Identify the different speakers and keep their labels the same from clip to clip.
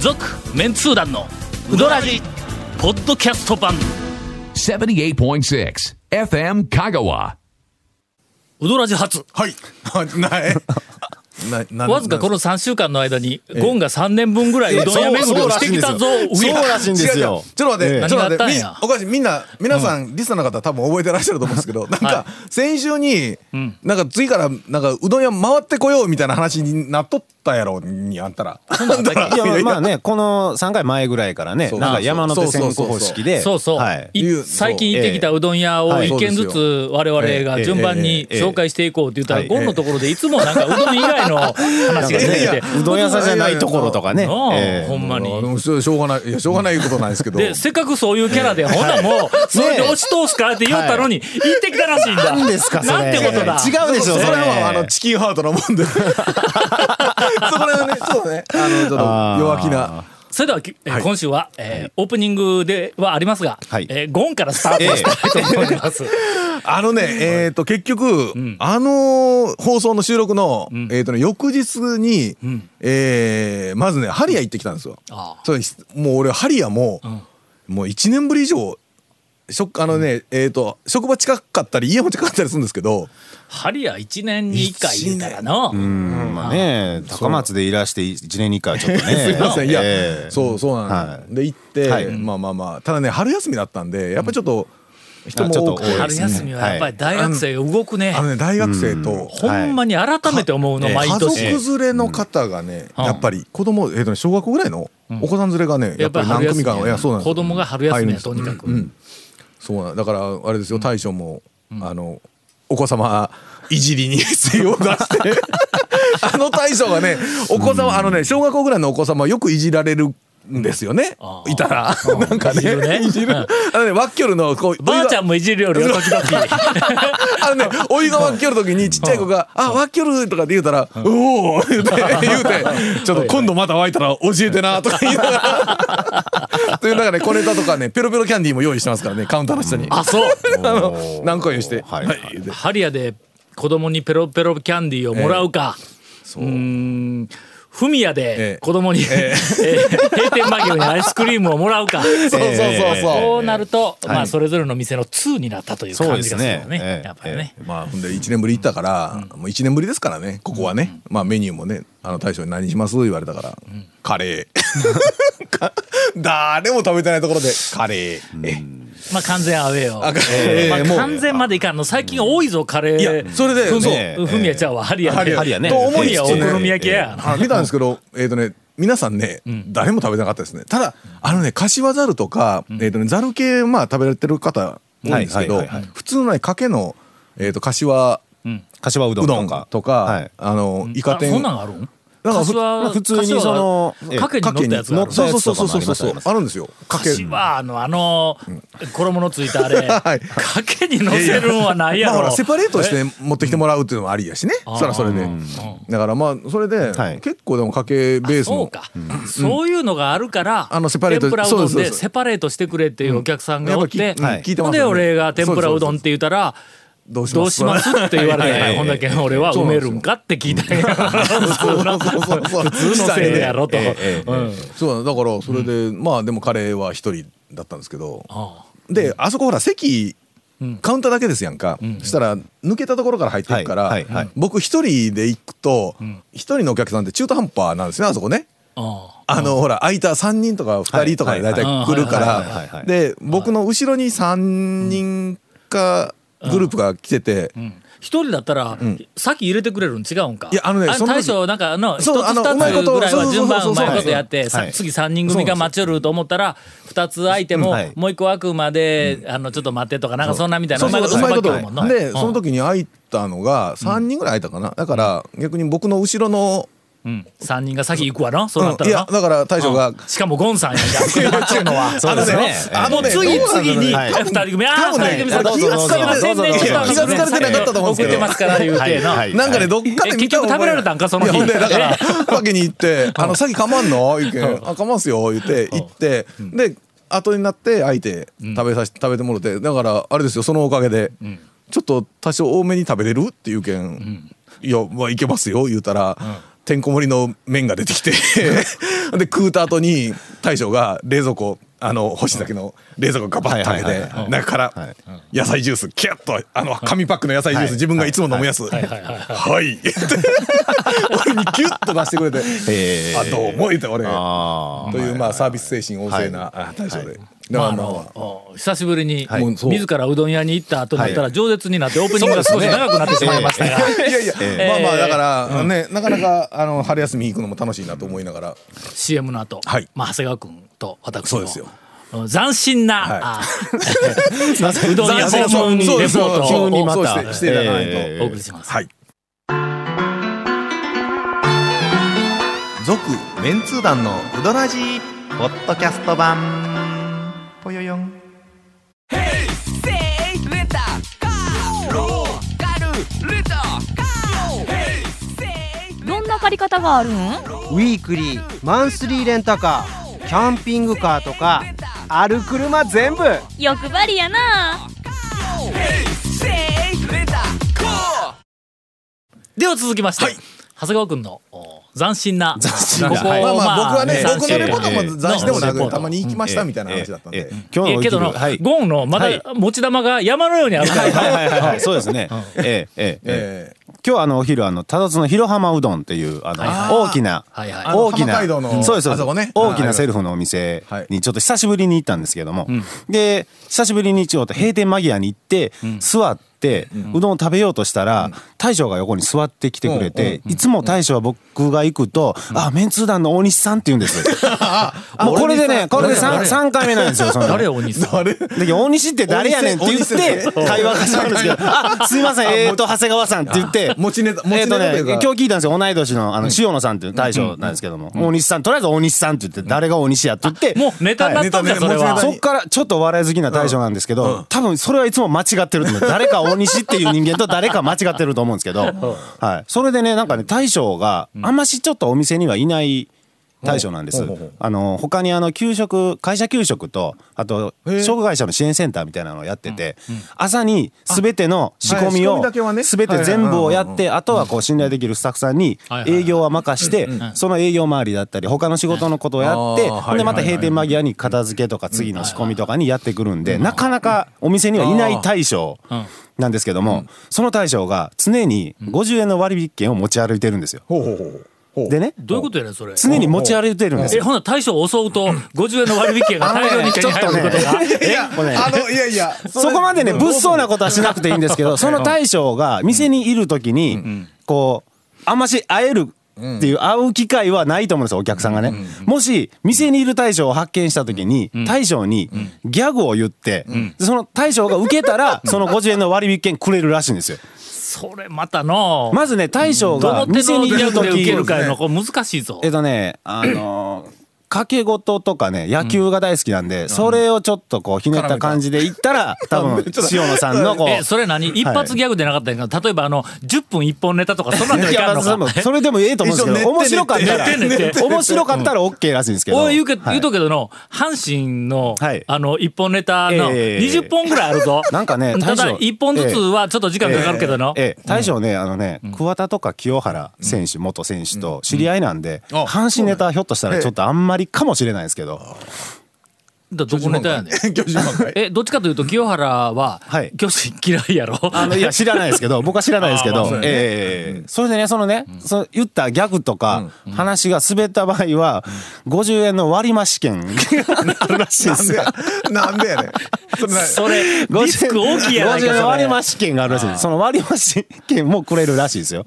Speaker 1: 続メンツー団のウドラジポッドキャスト版
Speaker 2: 78.6 FM Kagawa.
Speaker 1: ウドラジ初
Speaker 3: はい。 ない。な、な
Speaker 1: わずかこの3週間の間にゴンが3年分ぐらいうどん屋巡りをしてきたぞ
Speaker 4: そうらしいんです
Speaker 3: 違う違
Speaker 4: よ
Speaker 3: うちょっと待って、
Speaker 4: ええ
Speaker 3: ちょっと待って、
Speaker 1: 何
Speaker 3: み
Speaker 1: があったんや
Speaker 3: おかしい、みんな、皆さん、リスナーの方多分覚えてらっしゃると思うんですけど、なん
Speaker 1: は
Speaker 3: か、先週に、
Speaker 1: ん
Speaker 3: なんか次から、なんか、うどん屋回ってこようみたいな話になっとったやろ、にあんたら。
Speaker 4: いやまあまあねこの3回前ぐらいからね
Speaker 3: そう
Speaker 4: なんか山手線
Speaker 3: そうそうそう
Speaker 4: 方式で
Speaker 1: そうそう、
Speaker 4: はい
Speaker 1: い
Speaker 3: いう
Speaker 1: 最近行ってきたうどん屋を
Speaker 4: はい
Speaker 1: 一軒ずつ我々が順番に
Speaker 4: ええええ
Speaker 1: 紹介していこうって言ったら、
Speaker 4: はい
Speaker 1: ゴンのところでいつもなんかうどん以外の 話が出て
Speaker 3: い
Speaker 1: き
Speaker 3: やい
Speaker 1: て
Speaker 3: や。
Speaker 4: うどん屋さんじゃないところとかね
Speaker 1: なあ
Speaker 4: え
Speaker 1: ほ
Speaker 4: え
Speaker 1: んまに
Speaker 3: あのしょしょうがない、いや、しょうがないことなんですけど。
Speaker 1: で、せっかくそういうキャラで、ほなもう、それで押し通すかって言ったのに、言ってきたらしいんだ。
Speaker 4: 何ですかそれ
Speaker 1: なんてことだ。
Speaker 4: 違うでしょ
Speaker 3: それ
Speaker 4: それ
Speaker 3: は、あの、チキンハートのもんで。 そこら辺はね、ちょっとね、あの、ちょっと弱気な。
Speaker 1: それでは、きえー今週は、えーオープニングではありますが、
Speaker 4: はい
Speaker 1: えーゴンからスタートしたいと思います。
Speaker 3: あのね、えっ、と、結局、あのー放送の収録の、えっ、とね、翌日に、えーまずね、ハリア行ってきたんですよ。
Speaker 1: ああ
Speaker 3: それもう俺、ハリアも、もう1年ぶり以上、職あのね、えっ、と、職場近かったり、家も近かったりするんですけど、
Speaker 1: ハリア1年に1回言うたらの、
Speaker 4: うんまあね高松でいらして1年に1回はちょっと ね
Speaker 3: すいません、いや、
Speaker 4: ええ
Speaker 3: そう、そうなんで、
Speaker 4: はい
Speaker 3: で行って、
Speaker 4: はい
Speaker 3: まあまあまあ、ただね、春休みだったんで、やっぱちょっと、人
Speaker 4: あちょっ
Speaker 3: も多く
Speaker 4: と多い
Speaker 3: て、
Speaker 1: 春休みはやっぱり大学生が動くね。
Speaker 3: あのね、大学生と、
Speaker 1: ほんまに改めて思うの、
Speaker 4: はい
Speaker 1: 毎
Speaker 3: 家
Speaker 1: 年。
Speaker 3: 族連れの方がね、
Speaker 1: うん
Speaker 3: やっぱり子供えっ、とね小学校ぐらいのお子さん連れがね、
Speaker 1: や
Speaker 3: や
Speaker 1: っ
Speaker 3: っ
Speaker 1: ぱ
Speaker 3: ぱ
Speaker 1: り
Speaker 3: り何
Speaker 1: 春休み
Speaker 3: 組かのい
Speaker 1: や
Speaker 3: やそうなんです
Speaker 1: 子
Speaker 3: よ
Speaker 1: 供が春休みや
Speaker 3: 入
Speaker 1: と
Speaker 3: るん
Speaker 1: に
Speaker 3: です
Speaker 1: かく、
Speaker 3: うんそうなんだからあれですよ大将も、あのお子様いじりに 精を出して あの大将がねお子様、あのね小学校ぐらいのお子様よくいじられるんですよね
Speaker 1: あー
Speaker 3: いたら なんかね
Speaker 1: いじるね
Speaker 3: いじる
Speaker 1: うん
Speaker 3: あのねワッキョルのこう
Speaker 1: ばあちゃんもいじるよりは時 々
Speaker 3: あのね、 お湯がわっきょる時にちっちゃい子が「あわっきょる」とかって言うたら「おお」言うて言うて「ちょっと今度また湧いたら教えてな」とか言いなが らという中で小ネタとかねペロペロキャンディーも用意してますからねカウンターの下に
Speaker 1: あそう
Speaker 3: あの何個用意して
Speaker 4: はい
Speaker 3: 言うて
Speaker 1: ハリアで子供にペロペロキャンディーをもらうか、うーんフミヤ
Speaker 3: え
Speaker 1: で
Speaker 3: え
Speaker 1: 子供に、えー閉店間際にアイスクリームをもらうか
Speaker 3: そうそうそうそう
Speaker 1: こうなると、まあそれぞれの店の2になったという感じがするよ
Speaker 4: そう
Speaker 1: ね
Speaker 4: ですねええ
Speaker 1: やっぱりね、
Speaker 3: まあほんで1年ぶり行ったからもう1年ぶりですからねここはねまあメニューもねあの大将に「何します?」言われたから「カレー」か 誰も食べてないところで「カレー」え
Speaker 1: まあ完全アウェーを、
Speaker 3: あ
Speaker 1: まあ
Speaker 3: えーもう
Speaker 1: 完全までいかんの最近多いぞカレー
Speaker 3: いやそれで
Speaker 1: フミ
Speaker 3: そう
Speaker 4: ええ
Speaker 1: フミヤちゃんはハリアで
Speaker 4: ハリアね
Speaker 3: と
Speaker 1: フ
Speaker 3: 思い
Speaker 1: ミ
Speaker 3: き
Speaker 1: ヤ
Speaker 3: や
Speaker 1: お
Speaker 3: ね
Speaker 1: 好み焼きや、
Speaker 3: あ見たんですけど、 えっ、とね、皆さんね、誰も食べてなかったですね。ただ、あのね、柏ざるとか、えっ、とね、ざる系、まあ、食べられてる方。多いんですけど、
Speaker 4: はいはいはいはい
Speaker 3: 普通のね、かけの、えっ、と、柏
Speaker 4: 柏うど
Speaker 3: うんどん
Speaker 4: と
Speaker 3: と
Speaker 4: か
Speaker 3: か、
Speaker 4: はい
Speaker 3: あの、イカ
Speaker 1: あ
Speaker 3: 天。
Speaker 1: そんなんがあるん
Speaker 3: だからふ
Speaker 1: 柏
Speaker 4: 普通に
Speaker 1: 柏は
Speaker 4: そのええ
Speaker 1: かけに乗ったやつがあ
Speaker 4: 乗
Speaker 1: るの
Speaker 4: った
Speaker 3: そう
Speaker 4: や
Speaker 3: そう
Speaker 4: つ
Speaker 3: そ
Speaker 4: と
Speaker 3: うそ
Speaker 4: か
Speaker 3: うそう
Speaker 4: もあります
Speaker 3: そう、あるんですよ。かけ。
Speaker 1: 柏のあの衣のついたあれ、
Speaker 3: はい
Speaker 1: かけに乗せるんはないや
Speaker 3: まあ、
Speaker 1: ろ、
Speaker 3: ほらセパレートして持ってきてもらうっていうのもありやしねそらそれでだからまあそれで
Speaker 4: はい
Speaker 3: 結構でもかけベース
Speaker 1: そ
Speaker 3: の
Speaker 1: うか、そういうのがあるから、
Speaker 3: あのセパレート
Speaker 1: 天ぷらうどん
Speaker 3: そうですそう
Speaker 1: で
Speaker 3: です
Speaker 1: セパレートしてくれっていうお客さんがおって、
Speaker 3: やっぱ聞
Speaker 4: い
Speaker 3: 聞いて
Speaker 1: ほ
Speaker 3: ま
Speaker 1: ん
Speaker 3: す
Speaker 1: で
Speaker 3: よね
Speaker 1: 俺が天ぷらうどんって言ったら
Speaker 3: どうし
Speaker 1: どう
Speaker 3: ます
Speaker 1: しますって言わ れた
Speaker 4: は
Speaker 1: ら
Speaker 4: い
Speaker 1: ほんだけ俺は埋めるんかって聞いたんや 普通のせいやろ と、うん
Speaker 3: そうだからそれで、まあでもカレーは一人だったんですけど
Speaker 1: あ
Speaker 3: であそこほら席カウンターだけですやんか、そしたら抜けたところから入っていくから、
Speaker 4: はいはいはい
Speaker 3: 僕一人で行くと一、人のお客さんって中途半端なんですねあそこね。
Speaker 1: あ
Speaker 3: あの、ほら空いた3人とか2人とかで大体来るか
Speaker 4: はいはいはいはいはいは
Speaker 3: ら
Speaker 4: い
Speaker 3: で僕の後ろに3人かグループが来てて、
Speaker 1: 一人だったら、先入れてくれるん違うんか
Speaker 3: いやあのねその
Speaker 1: 大将なんかあの一つ
Speaker 3: そうあのうまい
Speaker 1: 二
Speaker 3: こ
Speaker 1: つ
Speaker 3: と
Speaker 1: ぐらいは順番
Speaker 3: そううそうそうそ
Speaker 1: ま
Speaker 3: う
Speaker 1: いことやって、
Speaker 4: はい
Speaker 1: さ
Speaker 4: はい
Speaker 1: 次三人組が待ちよると思ったら二つ空いても、
Speaker 4: うんはい
Speaker 1: もう一個枠まで、あのちょっと待ってとかなんかそんなみたいな
Speaker 3: そうそう
Speaker 1: う
Speaker 3: うまいこと
Speaker 1: やもんな
Speaker 3: でその
Speaker 1: 時
Speaker 3: 時に空いたのが3人ぐらい空いたかなだから逆に僕の後ろの
Speaker 1: 三人が先行くわなそうなった
Speaker 3: い
Speaker 1: ら
Speaker 3: や
Speaker 1: な、
Speaker 3: だから大将が
Speaker 1: しかもゴンさんやんかなっちゃうの は
Speaker 4: そうですね
Speaker 3: あ
Speaker 1: も
Speaker 3: の
Speaker 1: う
Speaker 3: ね
Speaker 1: 次次に
Speaker 4: はい
Speaker 1: 二人組ああ
Speaker 3: 多分
Speaker 1: 二人
Speaker 3: ね
Speaker 1: 組さ
Speaker 4: どうぞどうぞ
Speaker 1: すいませんね
Speaker 4: どうぞどうぞ
Speaker 1: ちょっと
Speaker 3: 気が付かれてなかったと思うん
Speaker 1: 遅
Speaker 3: ですけど
Speaker 1: れてますから言うてな、
Speaker 4: はい
Speaker 3: なんかね、どっか
Speaker 1: え
Speaker 3: で見た
Speaker 1: 結局食べられたんかその日
Speaker 3: いやほでだから わけに行って「あの先かまんの?」言うけん「あかまんすよ」言って行ってで後になって相手食べさせて食べてもろてだからあれですよそのおかげでちょっと多少多めに食べれるっていうけん「いやまあいけますよ」言うたら。てんこ盛りの麺が出てきてで食うた後に大将が冷蔵庫あの星崎の冷蔵庫ガバッと開け
Speaker 4: はい
Speaker 3: て
Speaker 4: はいはいはい
Speaker 3: 中か
Speaker 4: は
Speaker 3: ら
Speaker 4: い
Speaker 3: 野菜ジュースキュッとあの紙パックの野菜ジュー
Speaker 4: は
Speaker 3: ス
Speaker 4: い
Speaker 3: 自分がいつも飲むやつ「はい」って
Speaker 1: はいはい
Speaker 3: 俺にキュッと出してくれて
Speaker 4: へ
Speaker 3: 「
Speaker 4: ー
Speaker 3: あどうも」言って俺
Speaker 4: あー
Speaker 3: というまあサービス精神旺盛な
Speaker 4: は
Speaker 3: あ大将で。
Speaker 1: まああ
Speaker 3: だからまあ
Speaker 1: のお久しぶりに、
Speaker 3: い
Speaker 1: もうそう自らうどん屋に行った後になったら、
Speaker 4: は
Speaker 1: 饒舌になってオープニングが少し長くなってしまいましたが、
Speaker 3: いやいや、
Speaker 4: え
Speaker 1: え
Speaker 3: まあまあだからね、なかなかあの春休み行くのも楽しいなと思いながら
Speaker 1: CM の後、
Speaker 3: はい
Speaker 1: まあ長谷川君と私
Speaker 3: そう
Speaker 1: の
Speaker 3: ですよ
Speaker 1: うん斬新な、
Speaker 3: はい
Speaker 1: あーうどん屋
Speaker 3: 斬新
Speaker 1: 訪問レポ
Speaker 3: そうそう
Speaker 1: ー
Speaker 3: そう
Speaker 1: ト
Speaker 3: 急
Speaker 1: を
Speaker 3: にまた
Speaker 4: えー
Speaker 3: していただかないと
Speaker 1: お送りします。
Speaker 3: はい
Speaker 5: 続メンツー団のウドラジーポッドキャスト版ぽよよん
Speaker 6: どんな借り方があるん
Speaker 7: ウィークリーマンスリーレンタカーキャンピングカーとかある車全部
Speaker 6: 欲張りやな
Speaker 1: では続きまして、長谷川君のお斬新な
Speaker 4: な
Speaker 1: こ こを
Speaker 4: はい
Speaker 3: まあまあ
Speaker 1: まあ
Speaker 3: 僕はね
Speaker 1: ね
Speaker 3: 僕のレポートも雑誌でもな
Speaker 1: ええ
Speaker 3: くたまに行きましたみたいな話だったん
Speaker 4: え
Speaker 3: で
Speaker 4: えええ今
Speaker 1: い
Speaker 4: 日
Speaker 1: や
Speaker 4: の
Speaker 1: けどの、
Speaker 4: はい
Speaker 1: ゴンのま
Speaker 4: はい
Speaker 1: だ持ち玉が山のようにあるから、
Speaker 4: はいはいはいはいそうですねええええええ
Speaker 3: え
Speaker 4: 今日あのお昼あの多度津の広浜うどんっていうあの
Speaker 1: はいはい
Speaker 4: 大きな
Speaker 1: はいはい
Speaker 4: 大き
Speaker 3: あの浜
Speaker 4: な
Speaker 3: 街道の
Speaker 4: そうです
Speaker 3: あそ
Speaker 4: そう
Speaker 3: こ
Speaker 4: で
Speaker 3: ね
Speaker 4: す大きなセルフのお店
Speaker 3: はい
Speaker 4: にちょっと久しぶりに行ったんですけどもで久しぶりに一応閉店間際に行って座ってうどんを食べようとしたら大将が横に座ってきてくれていつも大将は僕が行くと「あメンツー団の大西さん」って言うんです もうこれでねこれで 3, 三回目なんですよその
Speaker 1: 誰お兄さん
Speaker 3: あれ
Speaker 4: だけど大西って誰やねんって言っ
Speaker 3: 大西大西
Speaker 4: て会話が始まるんですけど「あすいませんえーと長谷川さん」って言って
Speaker 3: 持ちネタ持
Speaker 4: え
Speaker 3: ちネタ
Speaker 4: ーと
Speaker 3: と
Speaker 4: ね
Speaker 3: いうか、
Speaker 4: 今日聞いたんですよ同い年のあの塩野さんっていう大将なんですけども大西さんとりあえず大西さんって言って誰が大西やって言って
Speaker 1: もうネタになったんだ、
Speaker 3: はい
Speaker 1: それ
Speaker 3: ネタ
Speaker 1: は。
Speaker 3: ね
Speaker 4: そっからちょっとお笑い好きな大将なんですけど多分それはいつも間違ってると思う誰か大西っていう人間と誰か間違ってると思うんですけどはいそれでねなんかね大将があんましちょっとお店にはいない大将なんで
Speaker 3: ほ
Speaker 4: す
Speaker 3: うほうほう
Speaker 4: あの他にあの給食会社給食とあと障害者の支援センターみたいなのをやってて朝に全ての仕込
Speaker 3: あ
Speaker 4: み
Speaker 3: はい仕込み
Speaker 4: を
Speaker 3: だけはね
Speaker 4: 全て全部をやってあとはこう信頼できるスタッフさんに
Speaker 1: はいはいはい
Speaker 4: 営業は任してその営業周りだったり他の仕事のことをやって
Speaker 3: あー
Speaker 4: ほんでまた
Speaker 3: はいはいはい
Speaker 4: 閉店間際に片付けとか次の仕込みとかにやってくるんでなかなかお店にはいない大将なんですけどもその大将が常に50円の割引券を持ち歩いてるんですよ。
Speaker 3: ほうほうほうほう
Speaker 4: でね
Speaker 1: どういうことやねんそれ。
Speaker 4: 常に持ち歩いてるんです
Speaker 1: え、
Speaker 4: よ。
Speaker 1: ほな大将を襲うと、50円の割引券が大量に手に入る ことが。
Speaker 3: いや
Speaker 4: これ
Speaker 3: あのいやいや
Speaker 4: そこまでね物騒なことはしなくていいんです けどその大将が店にいる時にこうあんまし会えるっていう会う機会はないと思うんですよお客さんがね。もし店にいる大将を発見した時に大将にギャグを言ってでその大将が受けた らその50円の割引券くれるらしいんですよ。
Speaker 1: それまたの、
Speaker 4: まずね大将
Speaker 1: どの
Speaker 4: が
Speaker 1: 手
Speaker 4: 店
Speaker 1: の
Speaker 4: にい
Speaker 1: ギャ
Speaker 4: る
Speaker 1: グで受ける
Speaker 4: 時
Speaker 1: かいうの、これ難しいぞ
Speaker 4: え。っとねあのー掛け事とかね野球が大好きなんでそれをちょっとこうひねった感じでいったら多分塩野さんのこう
Speaker 1: え、それ何一発ギャグでなかったんやけど、例えばあの、10分1本ネタと か、そんなんではいいかんの
Speaker 4: やまあ
Speaker 1: か。
Speaker 4: それもそれでもええと思うんですけ
Speaker 3: 一
Speaker 4: ど
Speaker 3: 応
Speaker 4: 面
Speaker 3: 練って
Speaker 4: 白かったら
Speaker 1: 練って練って
Speaker 4: 面白かったら OK らしいんですけど
Speaker 1: おい言うけ
Speaker 4: はい
Speaker 1: 言うとけどの、阪神の
Speaker 4: はい、
Speaker 1: あの、1本ネタの
Speaker 4: ええ
Speaker 1: 20本ぐらいあるぞ。
Speaker 4: なんかね
Speaker 1: た
Speaker 4: 大
Speaker 1: だ、
Speaker 4: 将
Speaker 1: 1本ずつはちょっと時間かかるけどの。
Speaker 4: ええ大将ねあのね桑田とか清原選手元選手と知り合いなんで
Speaker 3: んあ
Speaker 4: 阪神ネタひょっとしたらちょっとあんまりかもしれないですけど
Speaker 1: だどこネタや ねん。
Speaker 3: 巨人漫画
Speaker 1: え、どっちかというと、清原は
Speaker 4: はい、
Speaker 1: 巨人嫌いやろ。
Speaker 4: あのいや知らないです けど僕は知らないですけ
Speaker 1: あー
Speaker 4: ど
Speaker 1: まあそうやね
Speaker 4: ええそれでねそのねその言ったギャグとか話が滑った場合は50円の割増券あるらしいですよ。
Speaker 3: なんでやねんそれ な
Speaker 1: それ、リスク大きいやないか、
Speaker 4: 50円割
Speaker 1: そ
Speaker 4: 増券があるらしいですその割増券もくれるらしいですよ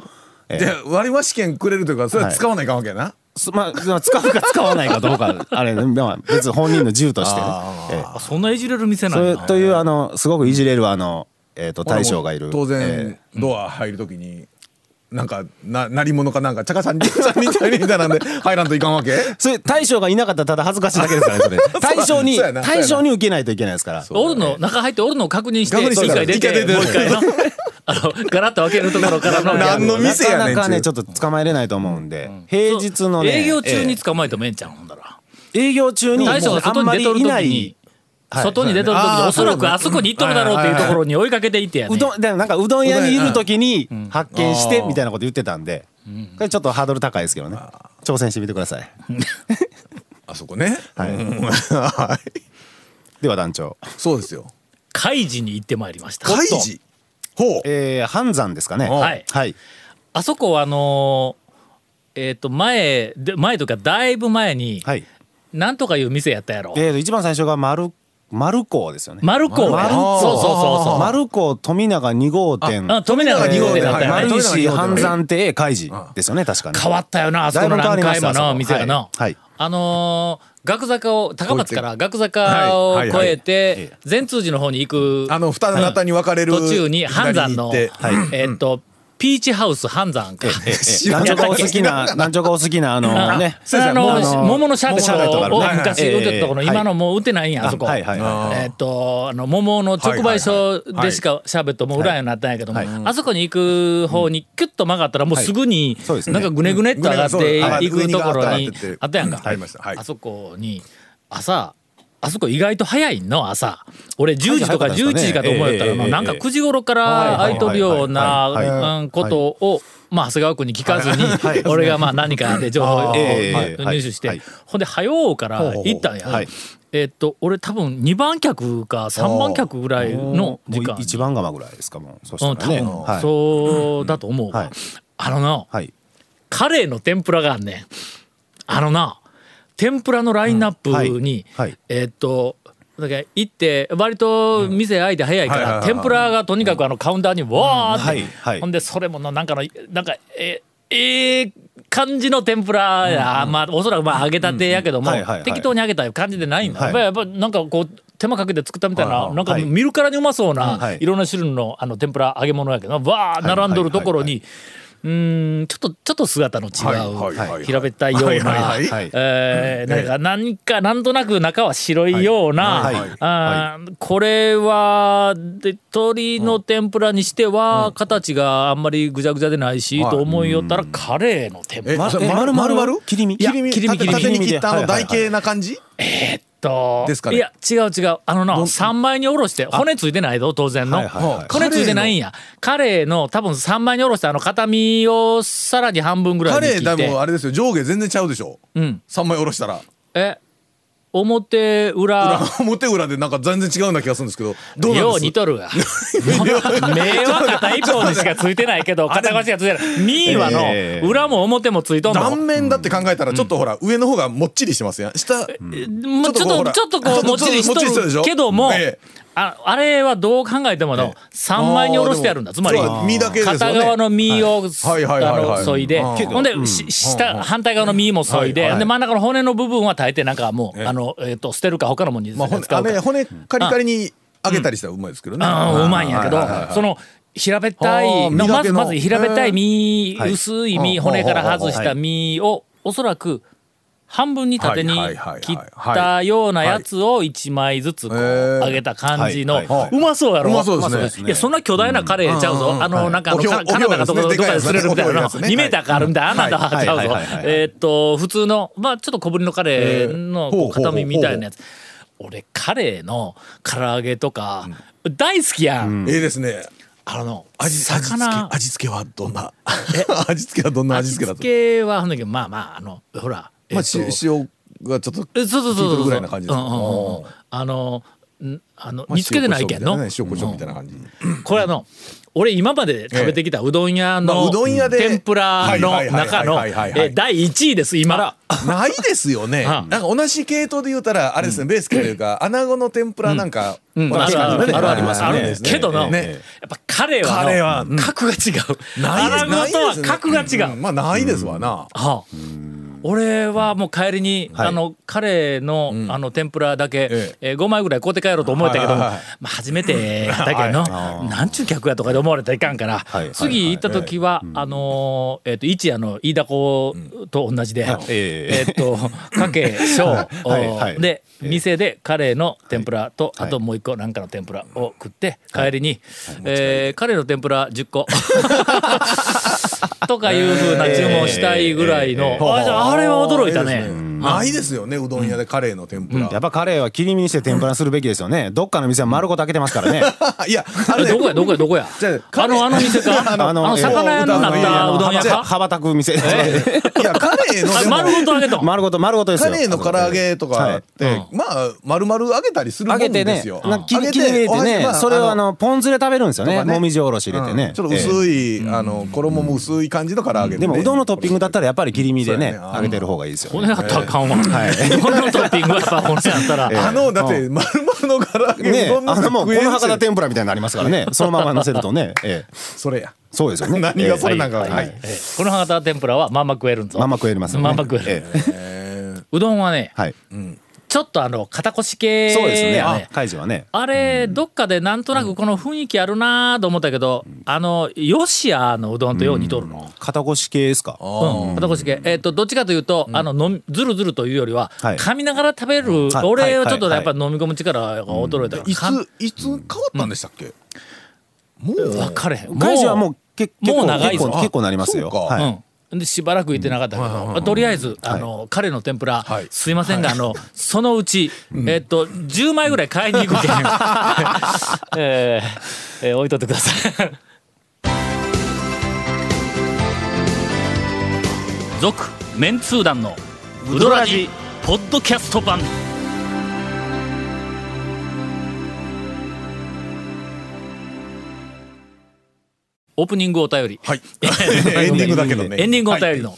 Speaker 4: ええ
Speaker 3: じゃあ割増券くれるというかそれは使わないかんわけやな、
Speaker 4: すまあまあ使うか使わないかどうかあれねまあ別に本人の自由としてねえ
Speaker 1: れ。そんないじれる店
Speaker 4: え
Speaker 1: な
Speaker 4: そ
Speaker 1: ん
Speaker 4: れ
Speaker 1: や。
Speaker 4: というあのすごくいじれるあのえっと大将がいる
Speaker 3: 当
Speaker 4: え
Speaker 3: 然ドア入るときになんかな鳴り物かなんかチャカさんにちゃんみたいにみたいなんで入らんといかんわけ
Speaker 4: えそれ大将がいなかったらただ恥ずかしいだけですからねそれ大将 に
Speaker 3: そうやなそうやな
Speaker 4: 大将に受けないといけないですから
Speaker 1: おるの、中入っておるのを確認して、
Speaker 3: 確認して
Speaker 1: 一回出
Speaker 3: 一回出
Speaker 1: て、
Speaker 3: て
Speaker 1: もう一回の、あの、ガラッと開けるところから の。
Speaker 3: 何の店やねん
Speaker 4: なかなか
Speaker 3: ちゅ
Speaker 4: ね
Speaker 3: う
Speaker 4: ちょっと捕まえれないと思うんで平日のね
Speaker 1: 営業中
Speaker 4: ええ
Speaker 1: に捕まえてもええんちゃうほんだら。
Speaker 4: 営業中に
Speaker 1: 大将が
Speaker 4: あ
Speaker 1: 外に
Speaker 4: んま
Speaker 1: 出
Speaker 4: り
Speaker 1: とる
Speaker 4: いな
Speaker 1: 時
Speaker 4: い
Speaker 1: に、
Speaker 4: はい
Speaker 1: 外に出とる時
Speaker 3: そうだ
Speaker 1: に
Speaker 3: ね
Speaker 1: おそらくあそこに行っとるだろうっていうところに追いかけていってやね
Speaker 4: うどん、でもなんかうどん屋にいるときに
Speaker 1: ん
Speaker 4: 発見し
Speaker 3: う
Speaker 4: て
Speaker 3: ん
Speaker 4: みたいなこと言ってたんで、これちょっとハードル高いですけどね。挑戦してみてください。
Speaker 3: あそこね
Speaker 4: はい
Speaker 3: うんはい
Speaker 4: では団長。
Speaker 3: そうですよ
Speaker 1: 開示に行ってまいりました
Speaker 3: 開示ほう
Speaker 4: えー、半山ですかね。
Speaker 3: お
Speaker 1: はい
Speaker 4: はい。
Speaker 1: あそこはあのーえっ、と前で前というかだいぶ前に、
Speaker 4: はい。
Speaker 1: なんとかいう店やったやろ、
Speaker 4: えーと、一番最初が丸、丸港ですよね。
Speaker 1: マルコー
Speaker 4: マル
Speaker 1: そ
Speaker 4: コ
Speaker 1: う
Speaker 4: ー
Speaker 1: そうそうそう
Speaker 4: 丸港富永2号店。
Speaker 1: あ富永
Speaker 3: 富
Speaker 1: 二
Speaker 3: 永
Speaker 1: 号店だったよ
Speaker 3: はい
Speaker 1: ね
Speaker 4: 丸石
Speaker 3: 富永二号店
Speaker 4: 半山亭開示ですよね、確かに。
Speaker 1: 変わったよなあそこの
Speaker 4: だいぶ変
Speaker 1: 何
Speaker 4: わりまし
Speaker 1: 回も
Speaker 4: たあそ
Speaker 1: な
Speaker 4: こ
Speaker 1: 店がな、
Speaker 4: はいはい
Speaker 1: あのー、学坂を高松から学坂を
Speaker 3: はいはい
Speaker 1: 越
Speaker 3: はい
Speaker 1: えて善通寺の方に行く
Speaker 3: あの二股に分かれる
Speaker 1: 途中に半山の、
Speaker 3: 左に行って
Speaker 1: えっとピーチハウス半山か、
Speaker 4: え男女がお好き な、男女がお好きな、あのね。
Speaker 1: それあの
Speaker 4: あの
Speaker 1: 桃のシャーベ
Speaker 4: 桃のシャーベッ
Speaker 1: ッ
Speaker 4: トがある
Speaker 1: トを
Speaker 4: ね
Speaker 1: 昔売ってたところ
Speaker 4: はい
Speaker 1: 今のもう売ってないんやあそこ。
Speaker 4: はいはいはい。
Speaker 1: えっとあの桃の直売所でしかシャーベットも売らんようになったんやけども、
Speaker 4: はいは
Speaker 1: あそこに行く方にキュッと曲がったらもうすぐに
Speaker 4: そうですね
Speaker 1: なんかぐねぐねっと上がっ
Speaker 3: うんぐねぐね
Speaker 1: ていくところに
Speaker 3: はい
Speaker 1: あったやんか
Speaker 3: うんありましたはい
Speaker 1: あそこに朝あそこ意外と早いの朝俺10時とか
Speaker 4: 早かったですか
Speaker 1: 11
Speaker 4: ね
Speaker 1: 時かと思ったら
Speaker 4: えええええ
Speaker 1: の
Speaker 4: え
Speaker 1: なんか9時頃から空いとるよう
Speaker 4: はいはいはいはい
Speaker 1: なうんことをまあ長谷川君に聞かずに俺がまあ何かで情報を
Speaker 4: あーええ
Speaker 1: 入
Speaker 4: ええはい
Speaker 1: 手して
Speaker 4: はい
Speaker 1: ほんで早うから行ったんや、
Speaker 4: はい
Speaker 1: えっと俺多分2番客か3番客ぐらいの時
Speaker 4: も
Speaker 1: 間
Speaker 4: う一番釜ぐらいですかもう。そした
Speaker 1: うん
Speaker 4: ら
Speaker 1: 多
Speaker 4: ね
Speaker 1: 分、
Speaker 4: はい
Speaker 1: そうだと思うわ、
Speaker 4: はい
Speaker 1: あのな
Speaker 4: はい。
Speaker 1: カレーの天ぷらがあんねんあのな天ぷらのラインナップ
Speaker 4: うん
Speaker 1: に、
Speaker 4: はいはい
Speaker 1: えっとだから行って割と店開いて早いか
Speaker 3: はいはい
Speaker 1: ら、
Speaker 3: はいはい
Speaker 1: 天ぷらがとにかくあのカウンターにわーって、
Speaker 4: はいはい
Speaker 1: ほんでそれものなんかのなんかえええ感じの天ぷらや、まあおそらくまあ揚げたてやけども、
Speaker 4: うんうんはいはいはい
Speaker 1: 適当に揚げたいう感じでないんだ、
Speaker 4: はい
Speaker 1: やっぱやっぱなんかこう手間かけて作ったみたいな、
Speaker 3: はいはい
Speaker 1: なんか
Speaker 4: はい
Speaker 1: 見るからにうまそうな、
Speaker 4: はい
Speaker 1: いろんな種類のあの天ぷら揚げ物やけどわー並んどるところに、
Speaker 4: はいはいはいはいう
Speaker 1: ーんちょっとちょっと姿の違
Speaker 3: はいはいは
Speaker 1: う
Speaker 3: い
Speaker 1: 平べったいような
Speaker 3: はい
Speaker 4: はい
Speaker 1: えーなんか何かなんとなく中は白いよう
Speaker 4: はいはい
Speaker 1: なあーこれはで鶏の天ぷらにしては形があんまりぐちゃぐちゃでないし
Speaker 3: はい
Speaker 1: と思いよったらカレーの天ぷ
Speaker 3: え
Speaker 1: ら
Speaker 3: それ
Speaker 4: え丸々切り身
Speaker 3: 切り身
Speaker 1: いや切り身
Speaker 3: 縦
Speaker 1: 切り身
Speaker 3: 縦に切ったあの台形な感じ、
Speaker 1: と
Speaker 3: ですかね
Speaker 1: いや違う違うあのな3枚におろして骨ついてないぞ当然の。
Speaker 4: はいはいはい
Speaker 1: 骨ついてないんやカレーの多分3枚におろしたあの片身をさらに半分ぐら
Speaker 3: カ
Speaker 1: いに
Speaker 3: レ
Speaker 1: 切
Speaker 3: ー
Speaker 1: っ
Speaker 3: で
Speaker 1: て
Speaker 3: もあれですよ上下全然ちゃうでしょ
Speaker 1: うん
Speaker 3: 三枚おろしたら
Speaker 1: え表裏
Speaker 3: 裏表裏でなんか全然違うような気がするんですけどどう
Speaker 1: よ
Speaker 3: な
Speaker 1: うん
Speaker 3: で
Speaker 1: 似
Speaker 3: す
Speaker 1: とるわ目は片一方にしかついてないけど片側しかついてないミーは
Speaker 4: ええ
Speaker 1: の裏も表もついとんの
Speaker 3: 断面だって考えたらちょっとほら、上の方がもっちりしてますやん下、
Speaker 1: もうちょっ
Speaker 3: ほら
Speaker 1: とちょっとこうもっちりし
Speaker 3: もっちりし
Speaker 1: と
Speaker 3: てるでし
Speaker 1: る
Speaker 3: ょ
Speaker 1: けども
Speaker 3: ええ
Speaker 1: ああれはどう考えてもの3枚におろしてあるんだつまり
Speaker 3: そうは身だけですよね
Speaker 1: 片側の身をあ
Speaker 3: はいはいはいはい
Speaker 1: のそいで
Speaker 3: うん
Speaker 1: ほんでし下反対側の身もそい
Speaker 3: はい
Speaker 1: で
Speaker 3: はい
Speaker 1: で真ん中の骨の部分は大抵なんかもう
Speaker 3: ええ
Speaker 1: あのえっと捨てるか他のものに使
Speaker 3: まあ、
Speaker 1: う
Speaker 3: 骨
Speaker 1: か
Speaker 3: あれ骨カリカリに揚げたりしたらうまいですけどね、
Speaker 1: ああうまいんやけ
Speaker 3: はいはいはい
Speaker 1: どその平べった
Speaker 3: ああ
Speaker 1: い
Speaker 3: 身だ
Speaker 1: の
Speaker 3: けの
Speaker 1: まずまず平べったい身
Speaker 4: はい
Speaker 1: 薄い
Speaker 3: うん
Speaker 1: 身骨から外し
Speaker 4: は
Speaker 1: た
Speaker 4: い
Speaker 1: 身をおそらく半分に縦に
Speaker 3: はいはいはいはい
Speaker 1: 切ったようなやつを1枚ずつこう
Speaker 3: へえ
Speaker 1: 揚げた感じの
Speaker 4: はいはいは
Speaker 1: うまそうやろ
Speaker 3: うまそうですね
Speaker 1: いやそんな巨大なカレーちゃう
Speaker 3: うんうんうん
Speaker 1: ぞあのなんかあ
Speaker 3: お
Speaker 1: の
Speaker 3: ひょ
Speaker 1: カナダかどこ
Speaker 3: お
Speaker 1: ど
Speaker 3: ひょ
Speaker 1: こ
Speaker 3: です
Speaker 1: か
Speaker 3: ね
Speaker 1: で釣れるみたいなの
Speaker 3: でかいやつね
Speaker 1: 2メーターかあるみたいなあんなたはちゃうぞ
Speaker 4: はいはいはいはい
Speaker 1: えーっと普通のまあちょっと小ぶりのカレーのこう片身みたいなやつ俺カレーの唐揚げとか大好きやん
Speaker 3: ええですね
Speaker 1: あの
Speaker 3: 味味付け
Speaker 1: 魚
Speaker 3: 味付けはどんな 味付けはどんな味
Speaker 1: 味
Speaker 3: 付けだ
Speaker 1: 付
Speaker 3: と、
Speaker 1: けはほんだけどまあまああのほらえ
Speaker 3: まあ、
Speaker 1: っと
Speaker 3: 塩塩がちょっと
Speaker 1: えそうそうそ
Speaker 3: 聞いと
Speaker 1: うそ
Speaker 3: る
Speaker 1: う
Speaker 3: ぐらいな感じですか
Speaker 1: うんうんうんうん
Speaker 3: あ
Speaker 1: あのんあの
Speaker 3: まあ
Speaker 1: 煮付けてないけんの
Speaker 3: 塩コショウみたいなね塩コショウみたいな感じ、
Speaker 1: これあの俺今まで食べてきたうどん屋
Speaker 3: まあ
Speaker 1: の
Speaker 3: うどん屋で
Speaker 1: 天ぷらの中の
Speaker 3: はいはいはいはいはいはい
Speaker 1: え第1位です今
Speaker 3: ないですよね。な
Speaker 1: は
Speaker 3: ん
Speaker 1: い
Speaker 3: か同じ系統で言うたら、あれですね、ベース系というか、穴子の天ぷらなんか、
Speaker 1: うん
Speaker 3: まあ
Speaker 1: あるある
Speaker 3: 確かにね
Speaker 1: あるある
Speaker 3: よ
Speaker 1: あるんですけどのやっ
Speaker 3: ね
Speaker 1: ぱカレーはあの
Speaker 3: カレーはうん
Speaker 1: 格が違う
Speaker 3: ないです
Speaker 1: アラゴとは
Speaker 3: ないですね
Speaker 1: 格が違うん
Speaker 3: まあ、ないですわな。
Speaker 1: はあ、俺はもう帰りに、あのカレーの,、あの天ぷらだけ、
Speaker 3: え
Speaker 1: え5枚ぐらい買うて帰ろうと思ったけども、
Speaker 3: はいはいはい
Speaker 1: まあ、初めてだけどなんちゅう客やとかで思われたらいかんから、
Speaker 4: はいはい
Speaker 1: 次行った時は、あのーえっと一夜の飯田子と同じで、え
Speaker 4: え
Speaker 1: っとかけ小
Speaker 4: はいはい
Speaker 1: で店でカレーの天ぷらと、あともう一個なんかの天ぷらを食って帰りに、えーカレーの天ぷら10個 とかいうふうな注文したいぐらいの、
Speaker 4: え
Speaker 1: あじゃああれは驚いたね。
Speaker 3: ええですねないですよねうどん屋でカレーの天ぷら、
Speaker 4: やっぱカレーは切り身にして天ぷらにするべきですよね。どっかの店は丸ごと開けてますか らね。
Speaker 3: いやあ
Speaker 1: え
Speaker 3: れね
Speaker 1: どこやどこやどこや
Speaker 3: じゃあ
Speaker 1: あのあの店かあの
Speaker 4: えー
Speaker 1: 魚屋になったうどん屋
Speaker 4: 羽ば
Speaker 1: か
Speaker 4: 羽ばたく店。
Speaker 3: いやカレーの
Speaker 1: あ
Speaker 3: でも
Speaker 1: 丸ごと揚げたん
Speaker 4: 丸ごと、丸ごとです
Speaker 3: カ
Speaker 4: よ。
Speaker 3: レーの唐揚げとかって、
Speaker 1: はい
Speaker 3: まあ丸々揚げたりするも
Speaker 4: 揚
Speaker 3: んで
Speaker 4: げてね
Speaker 3: すよ、。
Speaker 4: なんか切り切り入れ
Speaker 3: お
Speaker 4: て
Speaker 3: 箸
Speaker 4: ね
Speaker 3: ま、あ
Speaker 4: それをあの、ポン酢で食べるんですよね。
Speaker 3: とかね
Speaker 4: もみじおろし入れて
Speaker 3: う
Speaker 4: ね
Speaker 3: ん。ちょっと薄い、あの衣も薄い感じの唐揚げ
Speaker 4: ええでも、うどんのトッピングだったらやっぱり切り身で
Speaker 3: そうや
Speaker 4: ね、
Speaker 3: ねあー
Speaker 4: 揚げてる方がいいですよ
Speaker 1: 骨
Speaker 4: ね。
Speaker 1: やったらあかんわ、うどんのトッピングはやっぱ骨やったら、
Speaker 3: あのだって丸々の唐揚げ、
Speaker 4: ね
Speaker 3: うどん
Speaker 4: あのもう、
Speaker 3: 食え
Speaker 4: こ
Speaker 3: るし
Speaker 4: の博多天ぷらみたいになりますからね。そのまま乗せるとね。ええ
Speaker 3: それや
Speaker 4: そうですよ ね。
Speaker 3: 何がそれなんか
Speaker 4: ええ
Speaker 3: はい
Speaker 1: えーこの博多天ぷらはまんま食えるんぞ
Speaker 4: まんま食えますよね
Speaker 1: まんま食える、
Speaker 4: え
Speaker 1: うどんはね
Speaker 4: はい。
Speaker 1: ちょっとあの肩こし系や
Speaker 4: そうですね。あ
Speaker 1: ね
Speaker 4: カイジはね。
Speaker 1: あれどっかでなんとなくこの雰囲気あるなと思ったけど、あのヨシアのうどんとよう似とるの、
Speaker 4: 肩越し系ですか。
Speaker 1: うん、肩こし系えっ、とどっちかというと、あののみずるずるというよりは、
Speaker 4: はい
Speaker 1: 噛みながら食べる、
Speaker 4: はい
Speaker 1: 俺はちょっとね
Speaker 4: はい
Speaker 1: やっぱ飲み込む力が衰えた
Speaker 3: い
Speaker 1: かん
Speaker 3: ついつ変わったんでしたっけ、もう
Speaker 1: 分かれへん
Speaker 4: カイジはもう結結
Speaker 1: もう
Speaker 4: 構
Speaker 1: 長い
Speaker 4: 結
Speaker 1: ぞ
Speaker 4: 構結構なりますよ。
Speaker 3: あそうか
Speaker 4: はい。
Speaker 1: うん、でしばらく行ってなかったけど、とりあえず、あの彼の天ぷら、
Speaker 3: はい
Speaker 1: すいませんが、あのそのうち、えっと10枚ぐらい買いに行くけん、 えーえー置いとってください続メンツー団のウドラジポッドキャスト版オープニングお便り
Speaker 3: はい エンディングだけどね
Speaker 1: エンディングお便りの、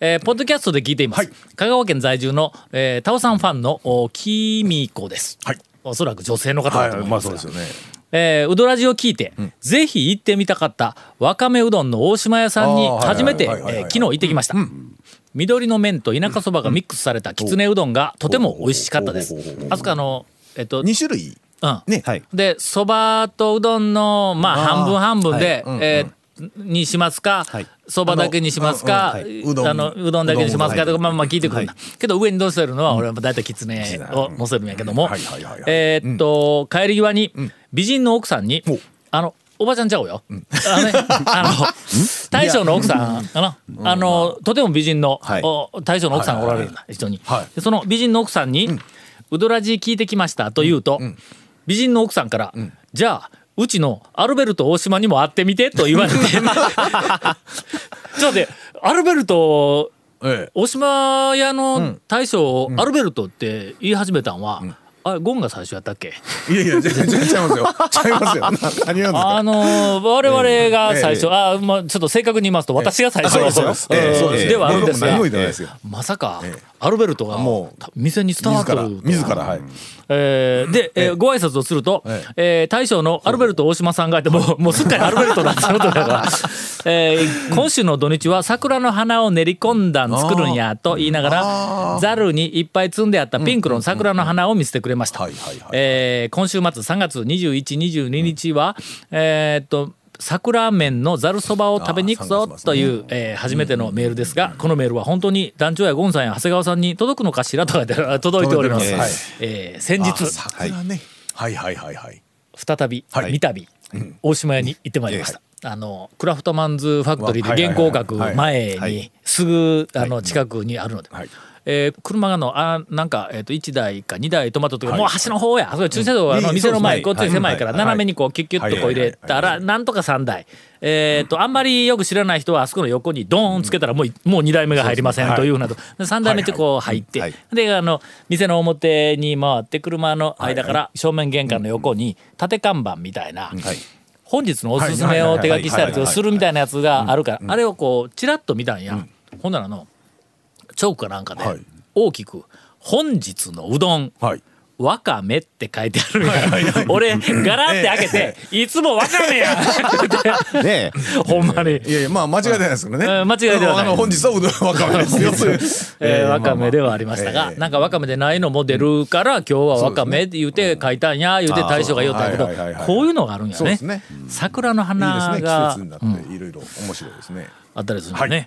Speaker 1: えーポッドキャストで聞いています、
Speaker 3: はい
Speaker 1: 香川県在住の、えー、タオさんファンのおきみこです、
Speaker 3: はい
Speaker 1: おそらく女性の方
Speaker 3: は
Speaker 1: だ
Speaker 3: い
Speaker 1: と
Speaker 3: は
Speaker 1: 思
Speaker 3: い
Speaker 1: い
Speaker 3: ま
Speaker 1: ま
Speaker 3: あ
Speaker 1: す
Speaker 3: そう
Speaker 1: が
Speaker 3: ですよね
Speaker 1: えーうどらじを聞いて、ぜひ行ってみたかったわかめうどんの大島屋さんに
Speaker 3: あーはい
Speaker 1: 初めてえ
Speaker 3: はいはいはい
Speaker 1: ー
Speaker 3: はい
Speaker 1: 昨日行ってきました、緑の麺と田舎そばがミックスされたきつねうどんがとても美味しかったです
Speaker 3: ほうほうほうほう
Speaker 1: あそこあのえっと、
Speaker 3: 二種類
Speaker 1: うん、
Speaker 3: ね、
Speaker 4: はい
Speaker 1: でそばとうどんのまあ
Speaker 3: あー
Speaker 1: 半分半分で、えーにしますか
Speaker 4: はい
Speaker 1: そば、蕎麦だけにしますかあ
Speaker 3: あのうんうんはいうどん
Speaker 1: のうどんだけにしますか
Speaker 3: うどん
Speaker 1: とかまあまあ聞いてくるんだ、けど上に乗せるのは俺は大体きつねを乗せるんやけども、
Speaker 3: うんはいはいはいはい
Speaker 1: えーっと、帰り際に美人の奥さんに、あのおばちゃんちゃうよ、あのねあの大将の奥さんかなあのとても美人の、
Speaker 4: はい
Speaker 1: お大将の奥さんがおられるんだ一緒に、
Speaker 3: はい
Speaker 1: でその美人の奥さんに「うどらじ聞いてきました」と言うと、美人の奥さんから「じゃあうちのアルベルト大島にも会ってみて」と言われてちょっと待ってアルベルト
Speaker 3: ええ
Speaker 1: 大島屋の大将、アルベルトって言い始めたんは、あれゴンが最初やったっ け
Speaker 3: いやいや、全然ちゃいます よ。ちゃいますよ。な何なんですか
Speaker 1: あのー我々が最初、
Speaker 3: え
Speaker 1: あまあちょっと正確に言いますと私が最初、
Speaker 3: そうですそうです
Speaker 1: え
Speaker 3: え
Speaker 1: ー
Speaker 3: えそうです
Speaker 1: ではあるんです
Speaker 3: 僕
Speaker 1: が
Speaker 3: も何も言ってないですよ
Speaker 1: まさか、
Speaker 3: ええ
Speaker 1: アルベルトが
Speaker 3: も
Speaker 1: も
Speaker 3: う
Speaker 1: う店に伝わっ
Speaker 3: 自
Speaker 1: て
Speaker 3: ら
Speaker 1: る、
Speaker 3: 自ら、はい。
Speaker 1: えーで、えーご挨拶をすると、
Speaker 3: え
Speaker 1: えー大将のアルベルト大島さんがいてもうもうすっかりアルベルトなんてことだから、 えー今週の土日は桜の花を練り込んだん作るんやと言いながらざるにいっぱい積んであったピンクの桜の花を見せてくれました
Speaker 3: はいはいはい。
Speaker 1: えー今週末3月2122日は、えーっと桜麺のざるそばを食べに行く
Speaker 3: あ
Speaker 1: ぞ
Speaker 3: ー三月末
Speaker 1: という、えー初めてのメールですが、このメールは本当に団長やゴンさんや長谷川さんに届くのかしらとかで届いております。
Speaker 3: 届いております
Speaker 1: えー先
Speaker 3: あ
Speaker 1: 日
Speaker 3: 桜ね。はいはいはいはい。
Speaker 1: 再び、
Speaker 3: はい
Speaker 1: 三度、大島屋に行ってまいりました。あのクラフトマンズファクトリー
Speaker 3: はい
Speaker 1: で
Speaker 3: はい
Speaker 1: 原
Speaker 3: はい
Speaker 1: 稿を書く前にすぐあの近くにあるので、
Speaker 3: はい
Speaker 1: えー車があのあなんか、えー、と1台か2台止まっとって、もう端の方やあそこ駐車場はあ
Speaker 3: うんい
Speaker 1: の
Speaker 3: い
Speaker 1: 店の前
Speaker 3: そ
Speaker 1: こ
Speaker 3: う
Speaker 1: っ
Speaker 3: ですね
Speaker 1: ち狭いから
Speaker 3: はいはい
Speaker 1: 斜めにこうキュッキュッとこう入れた
Speaker 3: はいはいはい
Speaker 1: らなんとか3台、えー、とあんまりよく知らない人はあそこの横にドーンつけたらもう,、もう2台目が入りませんというふうなと、3台目ってこう入って、であの店の表に回って車の間から正面玄関の横に縦看板みたいな。本日のおすすめを手書きしたりとかするみたいなやつがあるから、あれをこうチラッと見たんや、ほんならのチョークかなんかで
Speaker 3: はい
Speaker 1: 大きく「本日のうどん」
Speaker 3: はい。
Speaker 1: わかめって書いてあるみたいな俺ガラって開けて「いつもわかめ や!」
Speaker 4: ねえ。
Speaker 1: ほんまに。
Speaker 3: いやいや、まあ間違いないですけどね。
Speaker 1: うん間違いではない
Speaker 3: あの、本日はうどんわかめ ですよ。
Speaker 1: えーわかめではありましたが、
Speaker 3: ええ
Speaker 1: なんかわかめでないのも出るから、今日はわかめって言うて書いたんや、言うて大将が言うたんやけど
Speaker 3: はいはいはいは、い
Speaker 1: こういうのがあるんや
Speaker 3: そうで
Speaker 1: ね
Speaker 3: す。ね。
Speaker 1: 桜の
Speaker 3: いいです
Speaker 1: 花
Speaker 3: ね。季
Speaker 1: が
Speaker 3: 節になって、いろいろ面白いですね。
Speaker 1: あったりするんだね。